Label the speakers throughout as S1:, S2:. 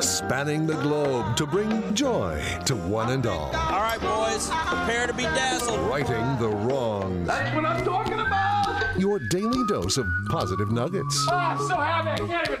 S1: spanning the globe to bring joy to one and all.
S2: All right, boys, prepare to be dazzled.
S1: Righting the wrongs.
S3: That's what I'm talking about!
S1: Your daily dose of positive nuggets.
S3: Oh, I'm so happy I can't even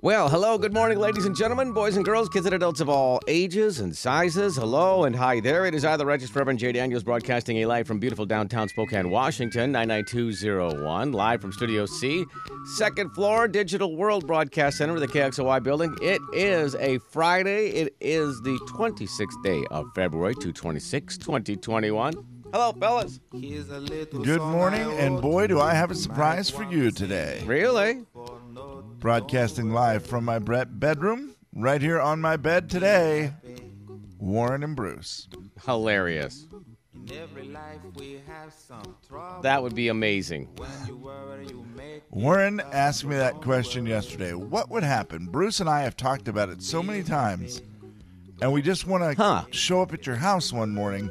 S2: Well, hello, good morning, ladies and gentlemen, boys and girls, kids and adults of all ages and sizes. Hello and hi there. It is I, the Registered Reverend Jay Daniels, broadcasting a live from beautiful downtown Spokane, Washington, 99201, live from Studio C, second floor, Digital World Broadcast Center of the KXOY building. It is a Friday. It is the 26th day of February, 226, 2021. Hello, fellas.
S4: Good morning, and boy, do I have a surprise for you today.
S2: Really?
S4: Broadcasting live from my Brett bedroom, right here on my bed today. Warren and Bruce.
S2: Hilarious. That would be amazing.
S4: Warren asked me that question yesterday. What would happen? Bruce and I have talked about it so many times, and we just want to
S2: Huh.
S4: show up at your house one morning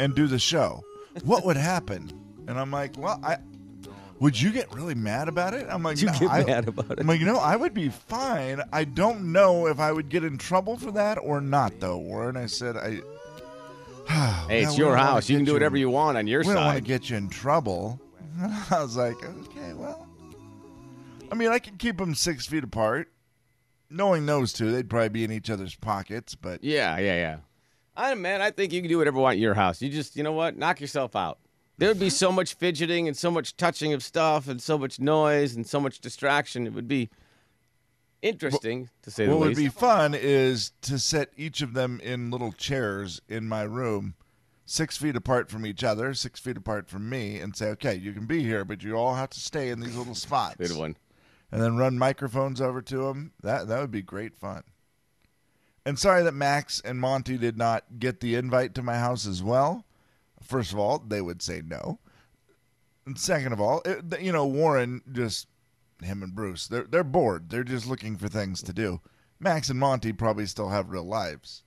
S4: and do the show. What would happen? And I'm like, well, I. Would you get really mad about it? I'm like,
S2: You
S4: no,
S2: get
S4: I,
S2: mad about it.
S4: I'm like, no, I would be fine. I don't know if I would get in trouble for that or not, though, Warren. I said, I.
S2: Hey,
S4: Yeah,
S2: it's
S4: we
S2: your
S4: don't wanna
S2: house. You can
S4: get
S2: do
S4: you-
S2: whatever you want on your
S4: we don't want to
S2: side.
S4: get you in trouble. I was like, okay, well, I mean, I could keep them six feet apart. Knowing those two, they'd probably be in each other's pockets, but
S2: yeah, yeah, yeah. I man, I think you can do whatever you want in your house. You just, you know what? Knock yourself out. There would be so much fidgeting and so much touching of stuff and so much noise and so much distraction. It would be interesting to say
S4: what
S2: the
S4: would
S2: least.
S4: be fun is to set each of them in little chairs in my room, six feet apart from each other, six feet apart from me, and say, okay, you can be here, but you all have to stay in these little spots.
S2: Good one.
S4: and then run microphones over to them. That that would be great fun. And sorry that Max and Monty did not get the invite to my house as well. First of all, they would say no. And second of all, it, you know Warren just him and Bruce they're they're bored. They're just looking for things to do. Max and Monty probably still have real lives.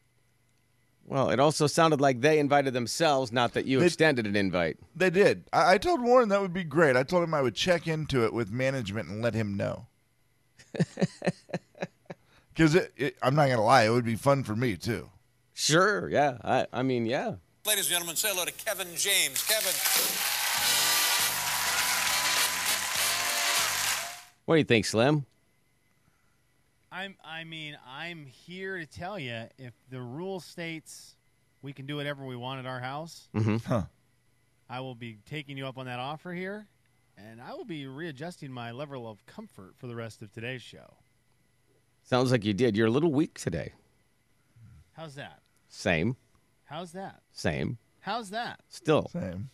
S2: Well, it also sounded like they invited themselves, not that you
S4: They-
S2: extended an invite.
S4: They did. I, I told Warren that would be great. I told him I would check into it with management and let him know. Because it, it, I'm not going to lie, it would be fun for me too.
S2: Sure, yeah. I, I mean, yeah.
S5: Ladies and gentlemen, say hello to Kevin James. Kevin.
S2: What do you think, Slim?
S6: I'm. I mean, I'm here to tell you if the rule states we can do whatever we want at our house,
S2: Mm-hmm.
S4: Huh.
S6: I will be taking you up on that offer here, and I will be readjusting my level of comfort for the rest of today's show.
S2: Sounds like you did. You're a little weak today.
S6: How's that?
S2: Same,
S6: How's that?
S2: same,
S6: How's that?
S2: still.
S4: Same.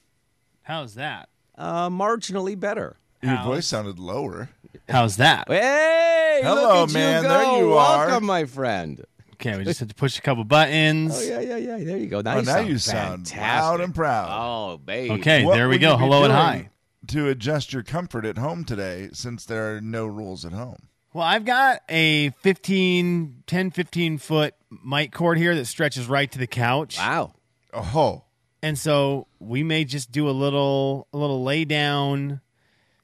S6: How's that?
S2: Uh, marginally better.
S4: Your
S6: How's-
S4: voice sounded lower.
S6: How's that?
S2: Hey,
S4: Hello,
S2: look at
S4: man.
S2: You go.
S4: There you are.
S2: Welcome, my friend.
S6: Okay, we just had to push a couple buttons.
S2: Oh yeah, yeah, yeah. There you go. Now
S4: Oh,
S2: you
S4: now
S2: sound
S4: you sound
S2: fantastic.
S4: loud and proud.
S2: Oh, babe.
S6: Okay,
S4: What
S6: there we
S4: would you
S6: go.
S4: be
S6: Hello and
S4: doing
S6: hi.
S4: To adjust your comfort at home today since there are no rules at home.
S6: Well, I've got a 15, 10, 15 foot mic cord here that stretches right to the couch.
S2: Wow.
S4: Oh,
S6: And so we may just do a little a little lay down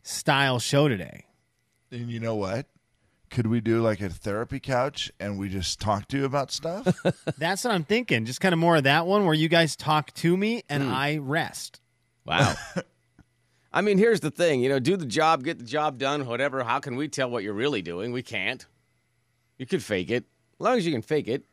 S6: style show today.
S4: and you know what? Could we do like a therapy couch and we just talk to you about stuff?
S6: That's what I'm thinking. Just kind of more of that one where you guys talk to me and
S2: Hmm.
S6: I rest.
S2: Wow. I mean, here's the thing. You know, do the job, get the job done, whatever. How can we tell what you're really doing? We can't. You could fake it. As long as you can fake it.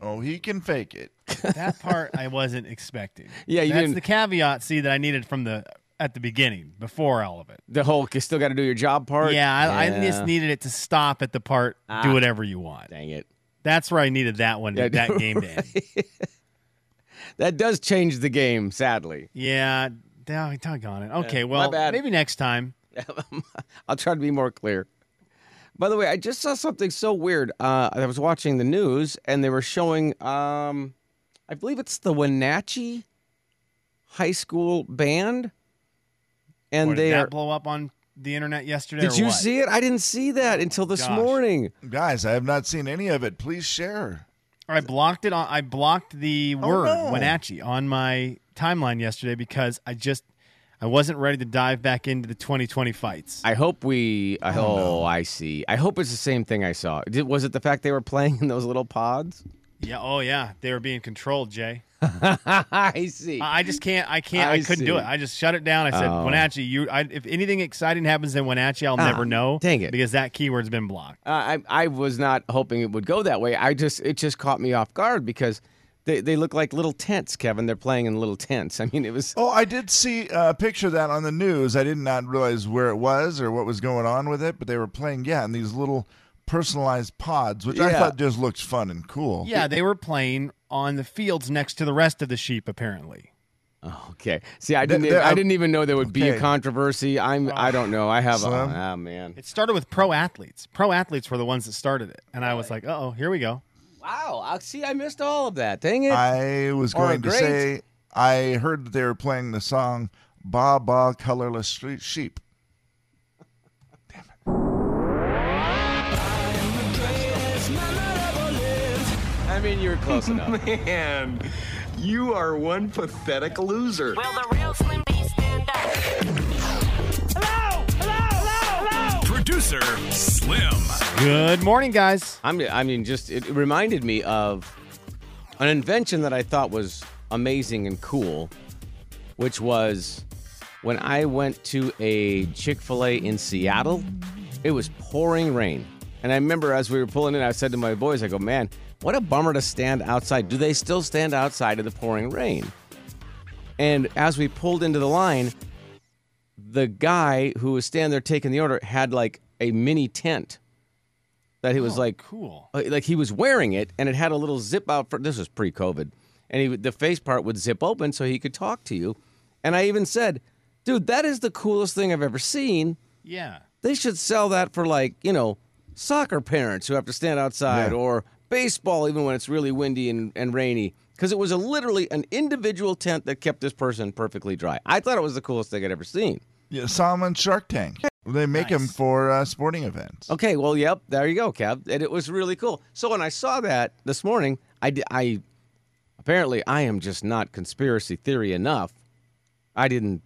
S4: oh, he can fake it.
S6: That part I wasn't expecting.
S2: Yeah, you
S6: That's
S2: didn't-
S6: the caveat see that I needed from the at the beginning before all of it.
S2: The whole you still got to do your job part.
S6: yeah, I, I
S2: Yeah.
S6: just needed it to stop at the part
S2: Ah.
S6: do whatever you want.
S2: Dang it.
S6: That's where I needed that one
S2: Yeah,
S6: that game to end.
S2: That does change the game, sadly.
S6: Yeah, dog- doggone it. Okay,
S2: my
S6: well,
S2: bad.
S6: maybe next time.
S2: I'll try to be more clear. By the way, I just saw something so weird. Uh, I was watching the news and they were showing, um, I believe it's the Wenatchee High School Band. And
S6: Boy, did
S2: they
S6: that
S2: are.
S6: blow up on the internet yesterday?
S2: Did
S6: or
S2: you
S6: what?
S2: see it? I didn't see that until this
S6: gosh.
S2: morning.
S4: Guys, I have not seen any of it. Please share.
S6: I blocked it on. I blocked the word
S4: no.
S6: Wenatchee on my timeline yesterday because I just I wasn't ready to dive back into the 2020 fights.
S2: I hope we. I oh, I see. I hope it's the same thing I saw. Did, was it the fact they were playing in those little pods?
S6: yeah. Oh yeah. They were being controlled, Jay.
S2: I see.
S6: I I just can't. I can't.
S2: I
S6: I, couldn't do
S2: see.
S6: it. I just shut it down. I said,
S2: Oh.
S6: Wenatchee, you. I, if anything exciting happens in Wenatchee, I'll
S2: Ah,
S6: never know.
S2: dang it.
S6: Because that keyword's been blocked.
S2: Uh, I, I was not hoping it would go that way. I just it just caught me off guard because they, they look like little tents, Kevin. They're playing in little tents. I mean, it was
S4: Oh, I did see a picture of that on the news. I did not realize where it was or what was going on with it, but they were playing, yeah, in these little personalized pods, which I
S2: Yeah.
S4: thought just looked fun and cool.
S6: Yeah, they were playing on the fields next to the rest of the sheep. Apparently.
S2: okay. See, I didn't
S4: Th- there-
S2: I didn't even know there would be a
S4: okay.
S2: controversy. I'm I don't know. I have
S4: Slim?
S2: oh, ah, man.
S6: It started with pro athletes. Pro athletes were the ones that started it, and I was like, "Oh, here we go."
S2: Wow. I see. I missed all of that. Dang it.
S4: I was
S2: All right,
S4: going to
S2: great.
S4: say I heard that they were playing the song "Ba Ba Colorless Street Sheep."
S2: I mean, you were close enough.
S7: Man, you are one pathetic loser.
S8: Will the real Slim B stand up?
S9: Producer Slim.
S6: Good morning, guys.
S2: I'm, I mean, just it reminded me of an invention that I thought was amazing and cool, which was when I went to a Chick fil A in Seattle, it was pouring rain. And I remember as we were pulling in, I said to my boys, I go, man, what a bummer to stand outside. Do they still stand outside of the pouring rain? And as we pulled into the line, the guy who was standing there taking the order had like a mini tent that he
S6: Oh.
S2: was like
S6: Cool.
S2: uh, like he was wearing it and it had a little zip out for this was pre-covid and he would- the face part would zip open so he could talk to you and i even said dude that is the coolest thing i've ever seen
S6: Yeah.
S2: they should sell that for like you know soccer parents who have to stand outside
S4: Yeah.
S2: or baseball even when it's really windy and, and rainy because it was a, literally an individual tent that kept this person perfectly dry i thought it was the coolest thing i'd ever seen
S4: Yeah, Solomon Shark Tank. They make them for uh, sporting events.
S2: Okay, well, yep, there you go, Kev. And it was really cool. So when I saw that this morning, I, di- I apparently I am just not conspiracy theory enough. I didn't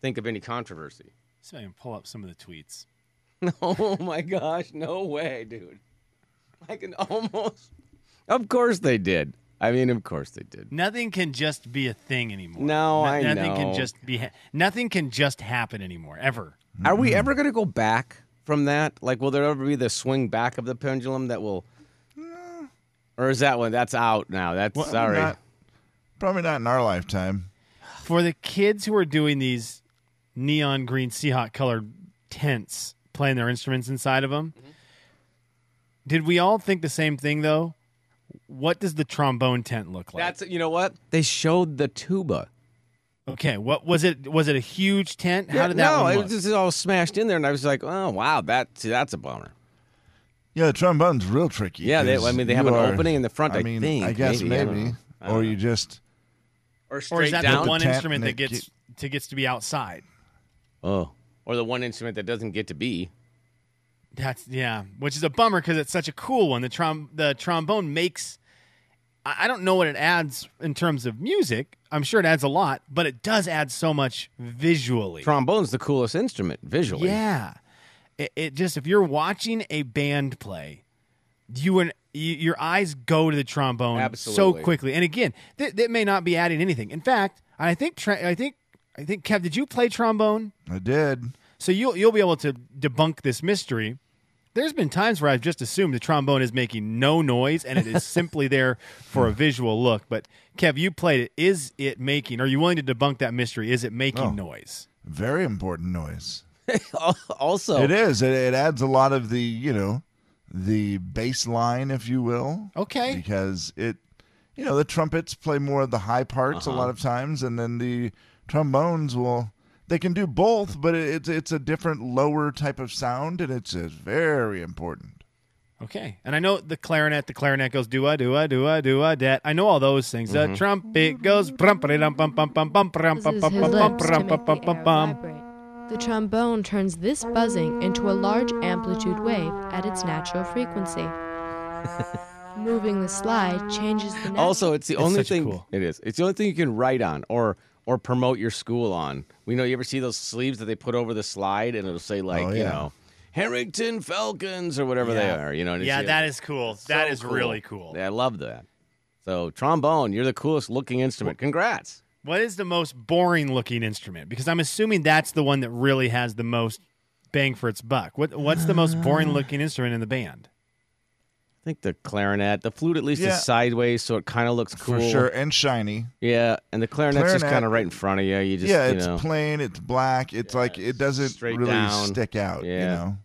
S2: think of any controversy.
S6: So I can pull up some of the tweets.
S2: Oh my gosh, no way, dude. I can almost. Of course they did. I mean, of course they did.
S6: Nothing can just be a thing anymore.
S2: No, I
S6: nothing
S2: know.
S6: can just be. Ha- nothing can just happen anymore. Ever.
S2: Are we ever going to go back from that? Like, will there ever be the swing back of the pendulum that will. Or is that one? That's out now. That's
S4: Well,
S2: sorry.
S4: not- probably not in our lifetime.
S6: For the kids who are doing these neon green Seahawk colored tents, playing their instruments inside of them.
S2: Mm-hmm.
S6: Did we all think the same thing though? What does the trombone tent look like?
S2: That's you know what they showed the tuba.
S6: okay. What was it? Was it a huge tent? How did that
S2: no,
S6: one
S2: it
S6: look?
S2: was just all smashed in there, and I was like, oh wow, that see, that's a bummer.
S4: Yeah, the trombone's real tricky.
S2: Yeah, they-
S4: 'cause
S2: I mean, they have
S4: you
S2: an opening in the front, I
S4: mean,
S2: think,
S4: I guess
S2: maybe, I
S4: maybe,
S2: don't know. I don't
S4: or
S2: know.
S4: you just
S2: Or
S6: or is that
S2: down.
S6: the one
S4: Tent
S6: instrument that
S4: and it
S6: gets to gets to be outside?
S2: oh, or the one instrument that doesn't get to be.
S6: That's yeah, which is a bummer because it's such a cool one. The trom the trombone makes. I I don't know what it adds in terms of music. I'm sure it adds a lot, but it does add so much visually.
S2: Trombone's the coolest instrument visually.
S6: yeah, it, it just if you're watching a band play, you and you, your eyes go to the trombone
S2: Absolutely.
S6: so quickly. And again, th- that may not be adding anything. In fact, I think tra- I think I think Kev, did you play trombone?
S4: I did.
S6: So you'll you'll be able to debunk this mystery. There's been times where I've just assumed the trombone is making no noise and it is simply there for a visual look. But Kev, you played it. Is it making? Are you willing to debunk that mystery? Is it making
S4: Oh.
S6: noise?
S4: Very important noise.
S2: also,
S4: It is. It, it adds a lot of the you know the bass line, if you will.
S6: Okay.
S4: Because it, you
S2: Uh-huh.
S4: know, the trumpets play more of the high parts a lot of times, and then the trombones will They can do both, but it- it's it's a different lower type of sound, and it's, it's very important.
S6: Okay. And I know the clarinet, the clarinet goes do a do a do a do a dat. I know all those things. The
S2: Mm-hmm.
S4: Mhm.
S6: trumpet goes brum bum bum bum bum bum brum
S10: This
S6: bum
S10: is
S6: bum
S10: his
S6: bum bum
S10: lips to
S6: brum
S10: make
S6: bum bum
S10: the
S6: bum
S10: air
S6: bum.
S10: vibrate. The trombone turns this buzzing into a large amplitude wave at its natural frequency. Moving the slide changes the nat-
S2: Also, it's the only thing it is. It's the only thing you can write on or or promote your school on. We know you ever see those sleeves that they put over the slide and it'll say like, you
S6: Oh, yeah.
S2: know, Harrington Falcons or whatever they are, you know. and it's-
S6: Yeah, that is cool. That
S2: so
S6: is really cool.
S2: Yeah, I love that. So, trombone, you're the coolest looking instrument. Congrats.
S6: What is the most boring looking instrument? Because I'm assuming that's the one that really has the most bang for its buck. What what's the most boring looking instrument in the band?
S2: I think the clarinet, the flute at least
S6: Yeah.
S2: is sideways so it kind of looks cool.
S4: For sure, and shiny.
S2: Yeah, and the clarinet's just
S4: Clarinet-
S2: kind of right in front of you. You just,
S4: yeah,
S2: you
S4: it's
S2: know.
S4: plain, it's black, it's like it doesn't
S2: straight
S4: really
S2: down.
S4: stick out, you
S2: Yeah.
S4: know.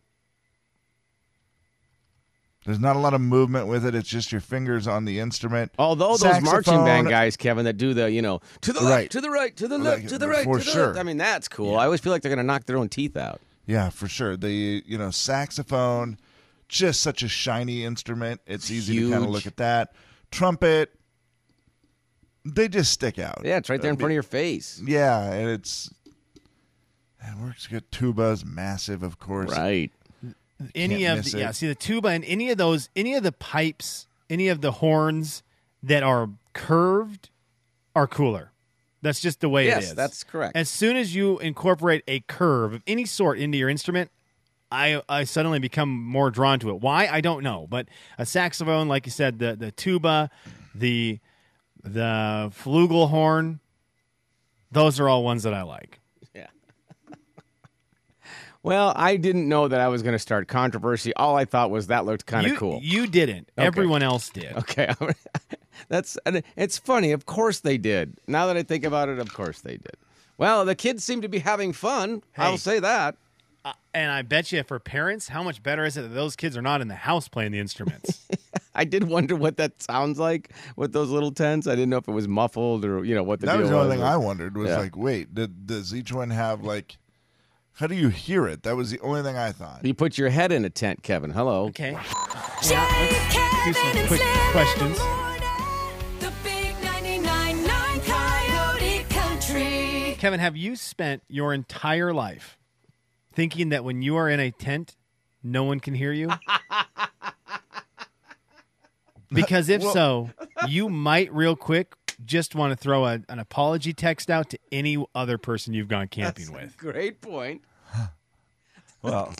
S4: There's not a lot of movement with it. It's just your fingers on the instrument.
S2: Although those marching
S4: Saxophone-
S2: band guys, Kevin, that do the, you know, to the left,
S4: Right.
S2: to the right, to the
S4: Like,
S2: left, to the right,
S4: for
S2: to the
S4: sure.
S2: left. I mean, that's cool. I always feel like they're going to knock their own teeth out.
S4: Yeah, for sure. The you know saxophone, just such a shiny instrument. It's easy to kind of
S2: huge.
S4: look at that. Trumpet, they just stick out.
S2: Yeah, it's right there in
S4: I
S2: front of
S4: mean,
S2: your face.
S4: Yeah, and it's it works good. Tuba's massive, of course.
S2: Right.
S6: any
S4: Can't
S6: of
S4: miss
S6: the,
S4: it.
S6: yeah, see the tuba and any of those, any of the pipes, any of the horns that are curved are cooler. That's just the way it
S2: Yes,
S6: is.
S2: that's correct.
S6: As soon as you incorporate a curve of any sort into your instrument, I I suddenly become more drawn to it. Why I don't know, but a saxophone, like you said, the the tuba, the the flugelhorn, those are all ones that I like.
S2: Well, I didn't know that I was going to start controversy. All I thought was that looked kind of
S6: You-
S2: cool.
S6: You didn't.
S2: Okay.
S6: Everyone else did.
S2: Okay. That's and it's funny. Of course they did. Now that I think about it, of course they did. Well, the kids seem to be having fun.
S6: Hey.
S2: I'll say that.
S6: Uh, and I bet you for parents, how much better is it that those kids are not in the house playing the instruments?
S2: I did wonder what that sounds like with those little tents. I didn't know if it was muffled or you know what the
S4: that
S2: deal
S4: was the only
S2: was.
S4: thing I wondered was
S2: Yeah.
S4: like, wait, did, does each one have like, how do you hear it? That was the only thing I thought.
S2: You put your head in a tent, Kevin. Hello.
S6: Okay. Do some quick questions.
S8: The big 99.9 Coyote Country.
S6: Kevin, have you spent your entire life thinking that when you are in a tent, no one can hear you? Because if
S11: Well-
S6: so, you might real quick just want to throw a, an apology text out to any other person you've gone camping with.
S2: Great point.
S4: Well,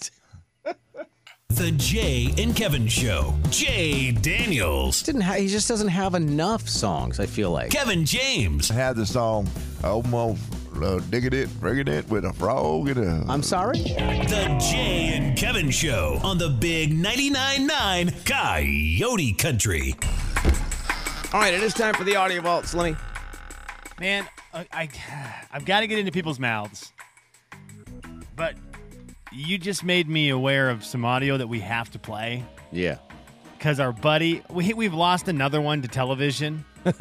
S9: The Jay and Kevin Show. Jay Daniels.
S2: Didn't ha- he just doesn't have enough songs? I feel like
S9: Kevin James.
S4: I had the song almost uh, digging it, bringing it with a frog and a.
S2: I'm sorry.
S9: The Jay and Kevin Show on the Big 99.9 Coyote Country.
S2: All right, it is time for the audio vaults, Lenny.
S6: Man, I, I I've got to get into people's mouths. But you just made me aware of some audio that we have to play
S2: Yeah.
S6: because our buddy we we've lost another one to television. I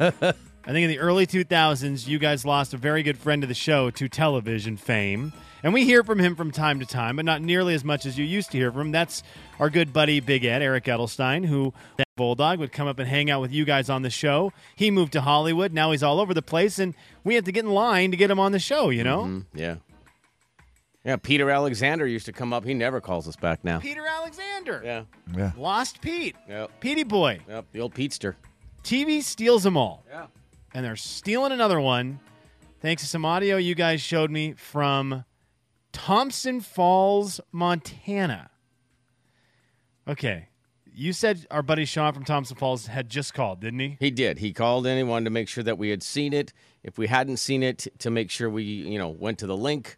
S6: think in the early 2000s, you guys lost a very good friend of the show to television fame. And we hear from him from time to time, but not nearly as much as you used to hear from him. That's our good buddy, Big Ed, Eric Edelstein, who that Bulldog would come up and hang out with you guys on the show. He moved to Hollywood. Now he's all over the place, and we have to get in line to get him on the show, you know?
S2: Mhm, Yeah. Yeah. Peter Alexander used to come up. He never calls us back now.
S6: Peter Alexander.
S2: Yeah.
S4: Yeah.
S6: Lost Pete.
S2: Yep.
S6: Petey Boy.
S2: Yep. The old Petester.
S6: TV steals them all.
S2: Yeah.
S6: and they're stealing another one thanks to some audio you guys showed me from Thompson Falls, Montana. Okay. You said our buddy Sean from Thompson Falls had just called, didn't he?
S2: He did. He called in. He wanted to make sure that we had seen it. If we hadn't seen it, to make sure we, you know, went to the link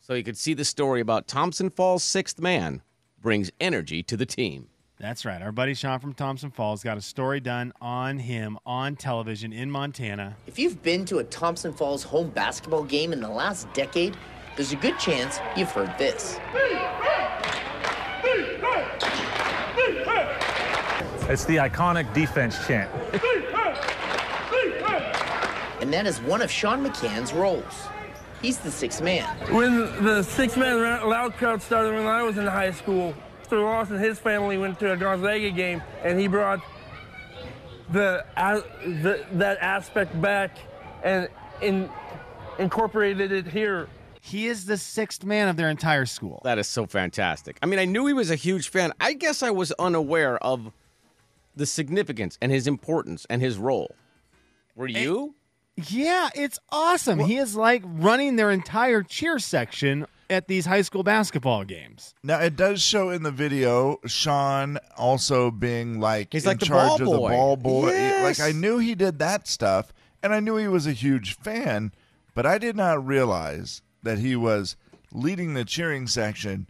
S2: so you could see the story about Thompson Falls' sixth man brings energy to the team.
S6: That's right. Our buddy Sean from Thompson Falls got a story done on him on television in Montana.
S12: If you've been to a Thompson Falls home basketball game in the last decade, there's a good chance you've heard this.
S13: It's the iconic defense chant.
S12: And that is one of Sean McCann's roles. He's the sixth man.
S11: When the six man ra- loud crowd started when I was in high school, Mr. Ross and his family went to a Gonzaga game, and he brought the, a the that aspect back and in, incorporated it here.
S6: He is the sixth man of their entire school.
S2: That is so fantastic. I mean, I knew he was a huge fan. I guess I was unaware of the significance and his importance and his role. Were you?
S6: Yeah, it's awesome. he is like running their entire cheer section at these high school basketball games.
S4: Now it does show in the video Sean also being like
S6: He's
S4: in
S6: like the
S4: charge
S6: ball
S4: of the
S6: boy.
S4: ball boy.
S6: Yes.
S4: Like I knew he did that stuff, and I knew he was a huge fan, but I did not realize that he was leading the cheering section,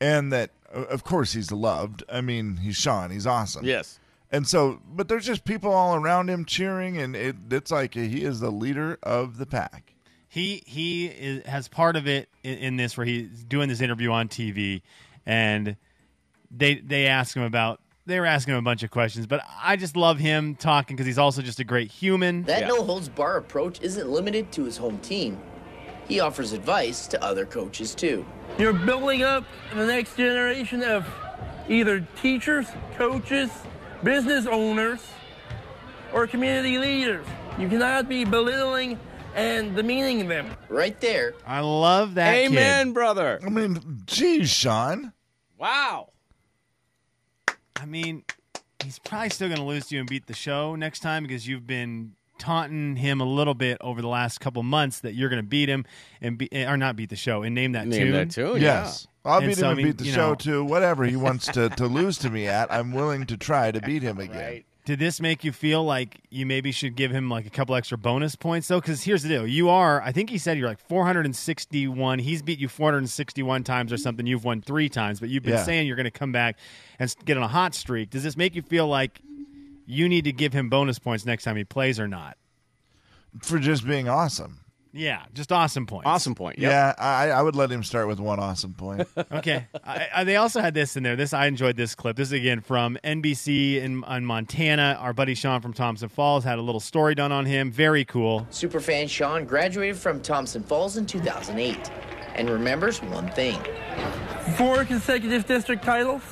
S4: and that o- of course he's loved. I mean, he's Sean. He's awesome.
S2: Yes.
S4: And so, but there's just people all around him cheering, and it, it's like he is the leader of the pack.
S6: He he is, has part of it in, in this where he's doing this interview on TV, and they they ask him about they were asking him a bunch of questions, but I just love him talking because he's also just a great human.
S12: That no holds bar approach isn't limited to his home team. He offers advice to other coaches too.
S11: You're building up the next generation of either teachers, coaches, business owners, or community leaders. You cannot be belittling and demeaning them.
S12: Right there.
S6: I love that.
S2: Amen,
S6: kid.
S2: brother.
S4: I mean, geez, Sean.
S2: Wow.
S6: I mean, he's probably still going to lose to you and beat the show next time because you've been taunting him a little bit over the last couple months that you're going to beat him and be, eh, or not beat the show and name that
S2: Name
S6: tune.
S2: that tune,
S4: Yes. I'll
S6: And
S4: beat him
S6: so, I
S4: and
S6: mean,
S4: beat the
S6: you
S4: show
S6: know,
S4: too. Whatever he wants to, to lose to me at, I'm willing to try to beat him again.
S6: Did this make you feel like you maybe should give him like a couple extra bonus points though? Because here's the deal: you are, I think he said you're like 461. He's beat you 461 times or something. You've won three times, but you've been
S4: Yeah.
S6: saying you're going to come back and s- get on a hot streak. Does this make you feel like you need to give him bonus points next time he plays or not?
S4: For just being awesome.
S6: Yeah, just awesome points.
S2: Awesome point.
S4: Yeah, I, I would let him start with one awesome point.
S6: okay. I, I, they also had this in there. This I enjoyed this clip. This is again from NBC in, in Montana. Our buddy Sean from Thompson Falls had a little story done on him. Very cool.
S12: Superfan Sean graduated from Thompson Falls in 2008 and remembers one thing.
S11: Four consecutive district titles?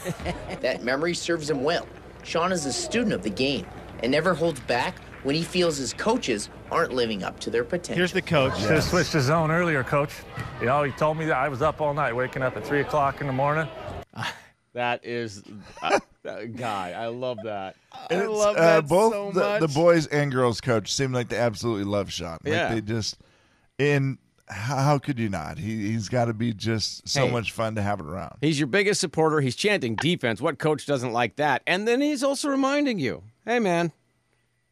S12: that memory serves him well. Sean is a student of the game and never holds back when he feels his coaches aren't living up to their potential.
S6: Here's the coach.
S13: Should have switched his zone earlier, coach. You know, he told me that I was up all night, waking up at 3 o'clock in the morning.
S2: That is, uh, that guy, I love that. I
S4: It's,
S2: love
S4: uh,
S2: that
S4: both
S2: so
S4: the,
S2: much.
S4: the boys and girls coach seem like they absolutely love Sean. Like
S2: Yeah.
S4: they just and how how could you not? He he's got to be just so
S2: Hey.
S4: much fun to have around.
S2: He's your biggest supporter. He's chanting defense. What coach doesn't like that? And then he's also reminding you, hey, man,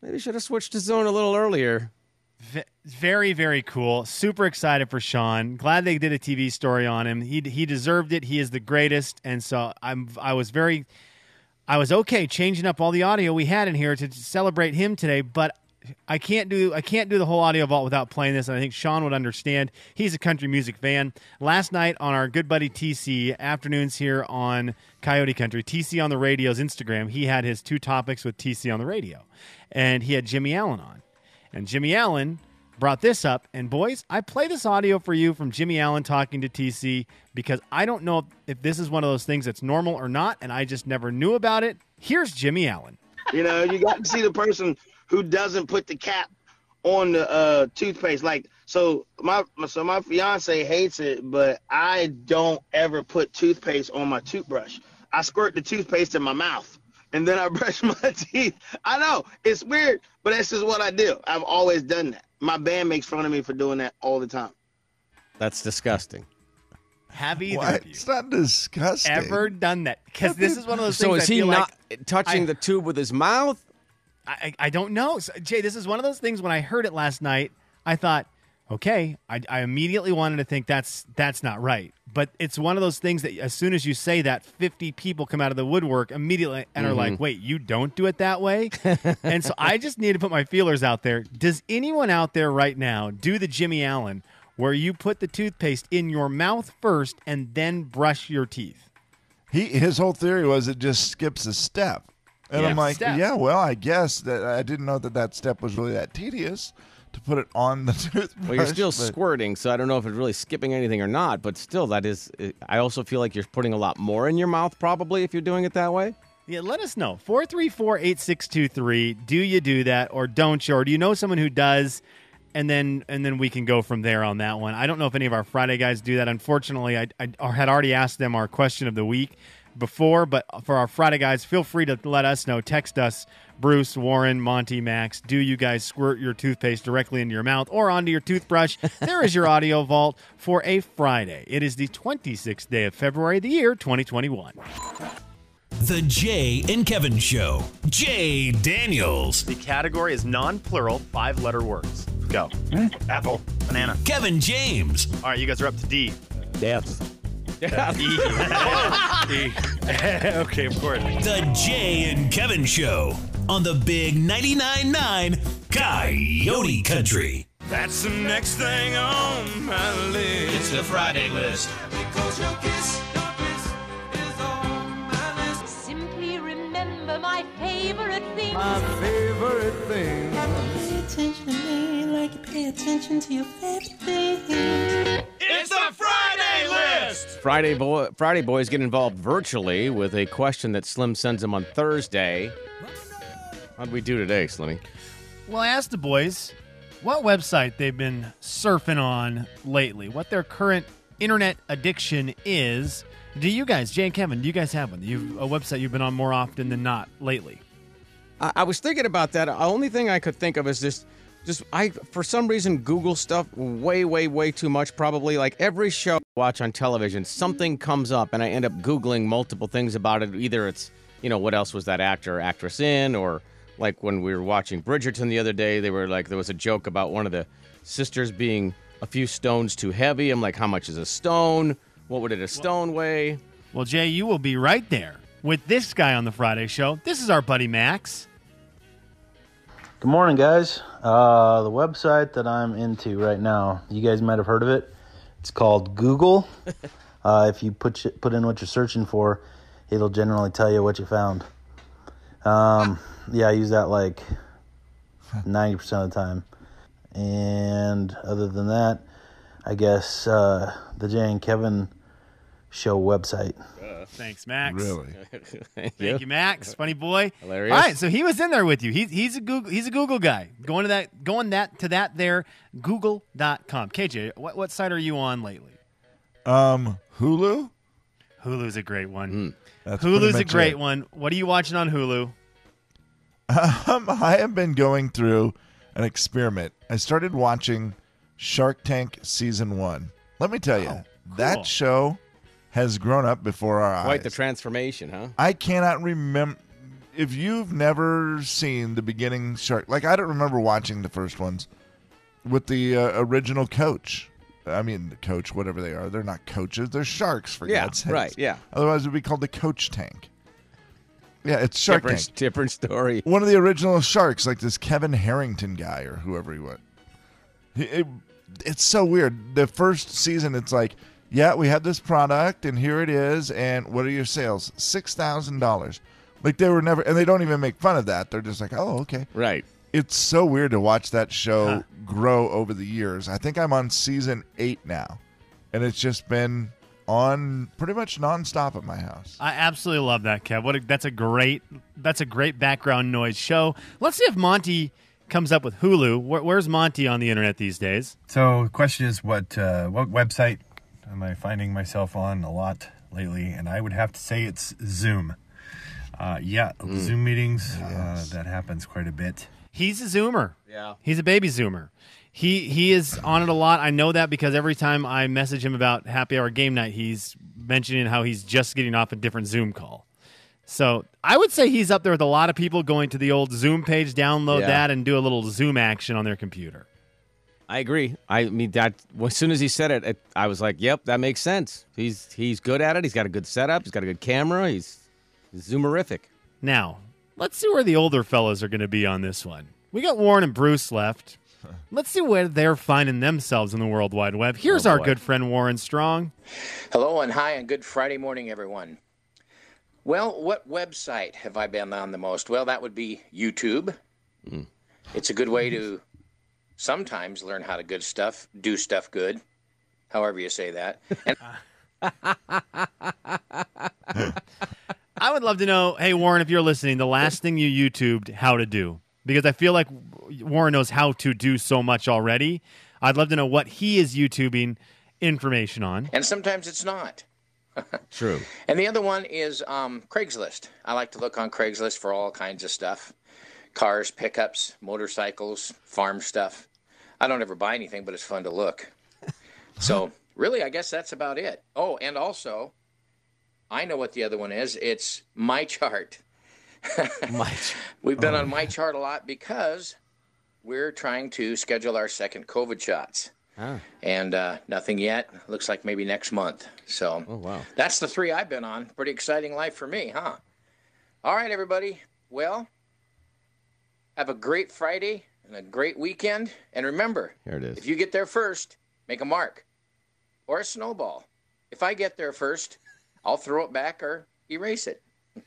S2: maybe you should have switched to zone a little earlier.
S6: V- very very cool. Super excited for Sean. Glad they did a TV story on him. He he deserved it. He is the greatest. And so I'm I was very I was okay changing up all the audio we had in here to celebrate him today, but I can't do I can't do the whole audio vault without playing this, and I think Sean would understand. He's a country music fan. Last night on our good buddy TC afternoons here on Coyote Country, TC on the radio's Instagram, he had his two topics with TC on the radio, and he had Jimmy Allen on, and Jimmy Allen brought this up. And boys, I play this audio for you from Jimmy Allen talking to TC because I don't know if, if this is one of those things that's normal or not, and I just never knew about it. Here's Jimmy Allen.
S14: You know, you got to see the person who doesn't put the cap on the uh, toothpaste. Like, so my so my fiance hates it, but I don't ever put toothpaste on my toothbrush. I squirt the toothpaste in my mouth, and then I brush my teeth. I know it's weird, but that's just what I do. I've always done that. My band makes fun of me for doing that all the time.
S2: That's disgusting.
S6: Have either
S4: What?
S6: of you
S4: It's not disgusting.
S6: ever done that? Because this is one of those
S2: So
S6: things.
S2: is
S6: I
S2: he
S6: feel
S2: not
S6: like
S2: touching
S6: I-
S2: the tube with his mouth?
S6: I, I don't know. So, Jay, this is one of those things when I heard it last night, I thought, okay, I, I immediately wanted to think that's that's not right. But it's one of those things that as soon as you say that, 50 people come out of the woodwork immediately and are like,
S2: Mhm.
S6: wait, you don't do it that way? and so I just need to put my feelers out there. Does anyone out there right now do the Jimmy Allen where you put the toothpaste in your mouth first and then brush your teeth?
S4: He his whole theory was it just skips a step, and
S6: Yeah.
S4: I'm like,
S6: Step.
S4: yeah, well, I guess that I didn't know that that step was really that tedious to put it on the toothbrush.
S2: Well, you're still
S4: but-
S2: squirting, so I don't know if it's really skipping anything or not, but still, that is. I also feel like you're putting a lot more in your mouth probably if you're doing it that way.
S6: Yeah, let us know. 434 8623. Do you do that or don't you? Or do you know someone who does? And then and then we can go from there on that one. I don't know if any of our Friday guys do that. Unfortunately, I, I had already asked them our question of the week before, but for our Friday guys, feel free to let us know. Text us, Bruce, Warren, Monty, Max. Do you guys squirt your toothpaste directly into your mouth or onto your toothbrush? there is your audio vault for a Friday. It is the 26th day of February, the year 2021.
S9: The Jay and Kevin Show. Jay Daniels.
S15: The category is non plural, five letter words. Go. Hmm? Apple. Banana.
S9: Kevin James.
S15: All right, you guys are up to D.
S9: Death.
S15: E. E. okay, of course.
S9: The Jay and Kevin Show on the Big 99.9 Coyote Country.
S8: That's the next thing on my list. It's the Friday list. Because your kiss, your kiss is on my list.
S16: Simply remember my favorite thing.
S8: favorite thing.
S16: Pay attention to me like you pay attention to your favorite
S8: It's the Friday list.
S2: Friday, boy, Friday boys get involved virtually with a question that Slim sends them on Thursday. How'd we do today, Slimmy?
S6: Well, I asked the boys what website they've been surfing on lately, what their current internet addiction is. Do you guys, Jay and Kevin, do you guys have one? You've a website you've been on more often than not lately.
S2: I, I was thinking about that. The only thing I could think of is just, just I for some reason Google stuff way, way, way too much. Probably like every show I watch on television, something comes up, and I end up googling multiple things about it. Either it's you know what else was that actor or actress in, or like when we were watching Bridgerton the other day, they were like there was a joke about one of the sisters being a few stones too heavy. I'm like, how much is a stone? What would it a stone weigh?
S6: Well, Jay, you will be right there with this guy on the Friday show. This is our buddy Max.
S17: Good morning, guys. Uh, the website that I'm into right now, you guys might have heard of it. It's called Google. uh, if you put sh- put in what you're searching for, it'll generally tell you what you found. Um, yeah, I use that like 90% of the time. And other than that, I guess uh, the Jay and Kevin show website.
S6: Thanks, Max.
S17: Really?
S6: Thank you,
S4: Uh,
S6: Max. Funny boy.
S17: Hilarious.
S6: All right, so he was in there with you. He's he's a Google he's a Google guy. Going to that going that to that there google.com. KJ, what what site are you on lately?
S4: Um, Hulu.
S6: Hulu's a great one.
S4: Hmm, That's
S6: Hulu's
S4: pretty
S6: a
S4: much
S6: great
S4: it.
S6: one. What are you watching on Hulu?
S4: Um, I have been going through an experiment. I started watching Shark Tank season one. Let me tell you,
S2: Oh, cool.
S4: that show has grown up before our
S2: Quite
S4: eyes.
S2: the transformation, huh?
S4: I cannot remember if you've never seen the beginning Shark. Like I don't remember watching the first ones with the uh, original coach. I mean, the coach, whatever they are, they're not coaches. They're sharks, for
S2: Yeah,
S4: God's sakes.
S2: right, yeah.
S4: Otherwise, it would be called the Coach Tank. Yeah, it's Shark
S2: different,
S4: Tank.
S2: Different story.
S4: One of the original sharks, like this Kevin Harrington guy or whoever he was. He- it- it's so weird. The first season, it's like, yeah, we have this product and here it is. And what are your sales? $6,000. Like they were never, and they don't even make fun of that. They're just like, oh, okay.
S2: Right.
S4: It's so weird to watch that show grow over the years. I think I'm on season eight now, and it's just been on pretty much nonstop at my house.
S6: I absolutely love that, Kev. What a, that's a great that's a great background noise show. Let's see if Monty comes up with Hulu. Where, where's Monty on the internet these days?
S18: So the question is, what uh, what website am I finding myself on a lot lately? And I would have to say it's Zoom. Uh, yeah, Zoom meetings uh, that happens quite a bit.
S6: He's a zoomer.
S18: Yeah.
S6: He's a baby zoomer. He he is on it a lot. I know that because every time I message him about happy hour game night, he's mentioning how he's just getting off a different Zoom call. So I would say he's up there with a lot of people going to the old Zoom page, download
S2: Yeah.
S6: that, and do a little Zoom action on their computer.
S2: I agree. I mean that as soon as he said it, it, I was like, "Yep, that makes sense." He's he's good at it. He's got a good setup. He's got a good camera. He's, he's zoomerific.
S6: Now, let's see where the older fellows are going to be on this one. We got Warren and Bruce left. Let's see where they're finding themselves in the World Wide Web. Here's
S14: Oh,
S6: our
S14: boy.
S6: good friend Warren Strong.
S14: Hello and hi and good Friday morning, everyone.
S12: Well, what website have I been on the most? Well, that would be YouTube. It's a good way to sometimes learn how to good stuff, do stuff good, however you say that. And
S6: I would love to know, hey Warren, if you're listening, the last thing you YouTubed how to do because I feel like Warren knows how to do so much already. I'd love to know what he is YouTubing information on.
S12: and sometimes it's not.
S2: True.
S12: And the other one is um, Craigslist. I like to look on Craigslist for all kinds of stuff cars, pickups, motorcycles, farm stuff. I don't ever buy anything, but it's fun to look. So, really, I guess that's about it. Oh, and also, I know what the other one is it's my chart.
S2: my
S12: We've been
S6: Oh.
S12: on my chart a lot because we're trying to schedule our second COVID shots. And uh, nothing yet. Looks like maybe next month. So
S2: Oh wow.
S12: that's the three I've been on. Pretty exciting life for me, huh? All right, everybody. Well, have a great Friday and a great weekend. And remember,
S2: Here it is.
S12: if you get there first, make a mark or a snowball. If I get there first, I'll throw it back or erase it.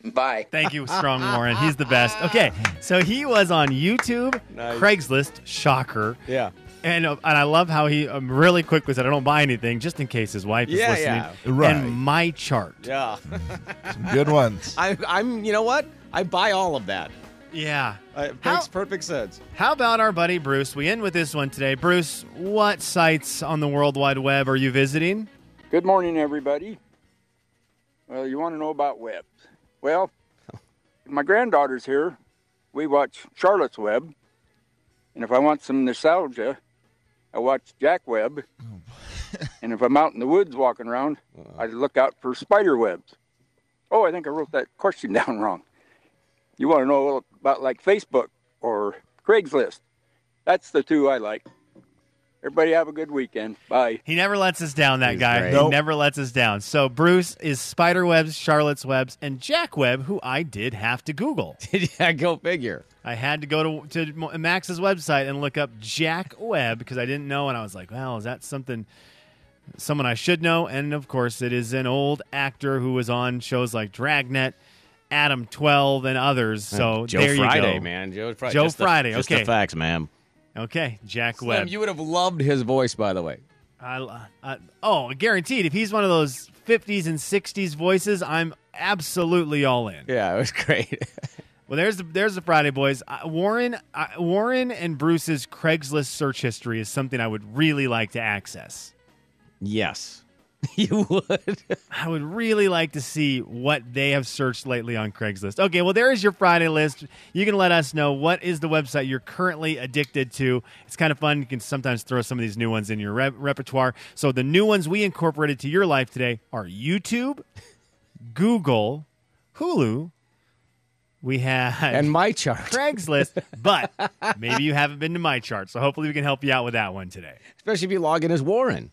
S12: Bye.
S6: Thank you, Strong Warren. He's the best. Okay, so he was on YouTube,
S12: Nice.
S6: Craigslist, shocker.
S2: Yeah.
S6: And, uh, and I love how he um, really quickly said, I don't buy anything, just in case his wife is
S2: Yeah,
S6: listening.
S2: yeah.
S4: Right.
S6: And my chart.
S2: Yeah.
S4: Good ones.
S2: I, I'm. You know what? I buy all of that.
S6: Yeah.
S2: Uh, it makes perfect sense.
S6: How about our buddy Bruce? We end with this one today. Bruce, what sites on the World Wide Web are you visiting?
S19: Good morning, everybody. Well, you want to know about webs. Well, my granddaughter's here. We watch Charlotte's Web. And if I want some nostalgia, I watch Jack Web. and if I'm out in the woods walking around, I look out for spider webs. Oh, I think I wrote that question down wrong. You want to know about like Facebook or Craigslist? That's the two I like. Everybody have a good weekend. Bye.
S6: He never lets us down, that guy.
S19: great.
S6: He
S19: Nope.
S6: never lets us down. So Bruce is Spider Webs, Charlotte's Webs, and Jack Web, who I did have to Google.
S2: yeah, go figure.
S6: I had to go to, to Max's website and look up Jack Web because I didn't know, and I was like, well, is that something someone I should know? And of course, it is an old actor who was on shows like Dragnet, Adam Twelve, and others. So
S2: Uh, Joe
S6: there
S2: Friday,
S6: you go,
S2: man. Joe Friday.
S6: Joe
S2: Just the-
S6: Friday.
S2: just
S6: okay,
S2: the facts, ma'am.
S6: okay, Jack
S2: Slim,
S6: Webb.
S2: you would have loved his voice, by the way.
S6: I, I, oh, guaranteed. If he's one of those '50s and '60s voices, I'm absolutely all in.
S2: Yeah, it was great.
S6: Well, there's the there's the Friday boys. Uh, Warren uh, Warren and Bruce's Craigslist search history is something I would really like to access.
S2: Yes, you would.
S6: I would really like to see what they have searched lately on Craigslist. Okay, well there is your Friday list. You can let us know what is the website you're currently addicted to. It's kind of fun. You can sometimes throw some of these new ones in your re- repertoire. So the new ones we incorporated to your life today are YouTube, Google, Hulu. We have
S2: And my chart.
S6: Craigslist, but maybe you haven't been to my chart. So hopefully we can help you out with that one today.
S2: Especially if you log in as Warren.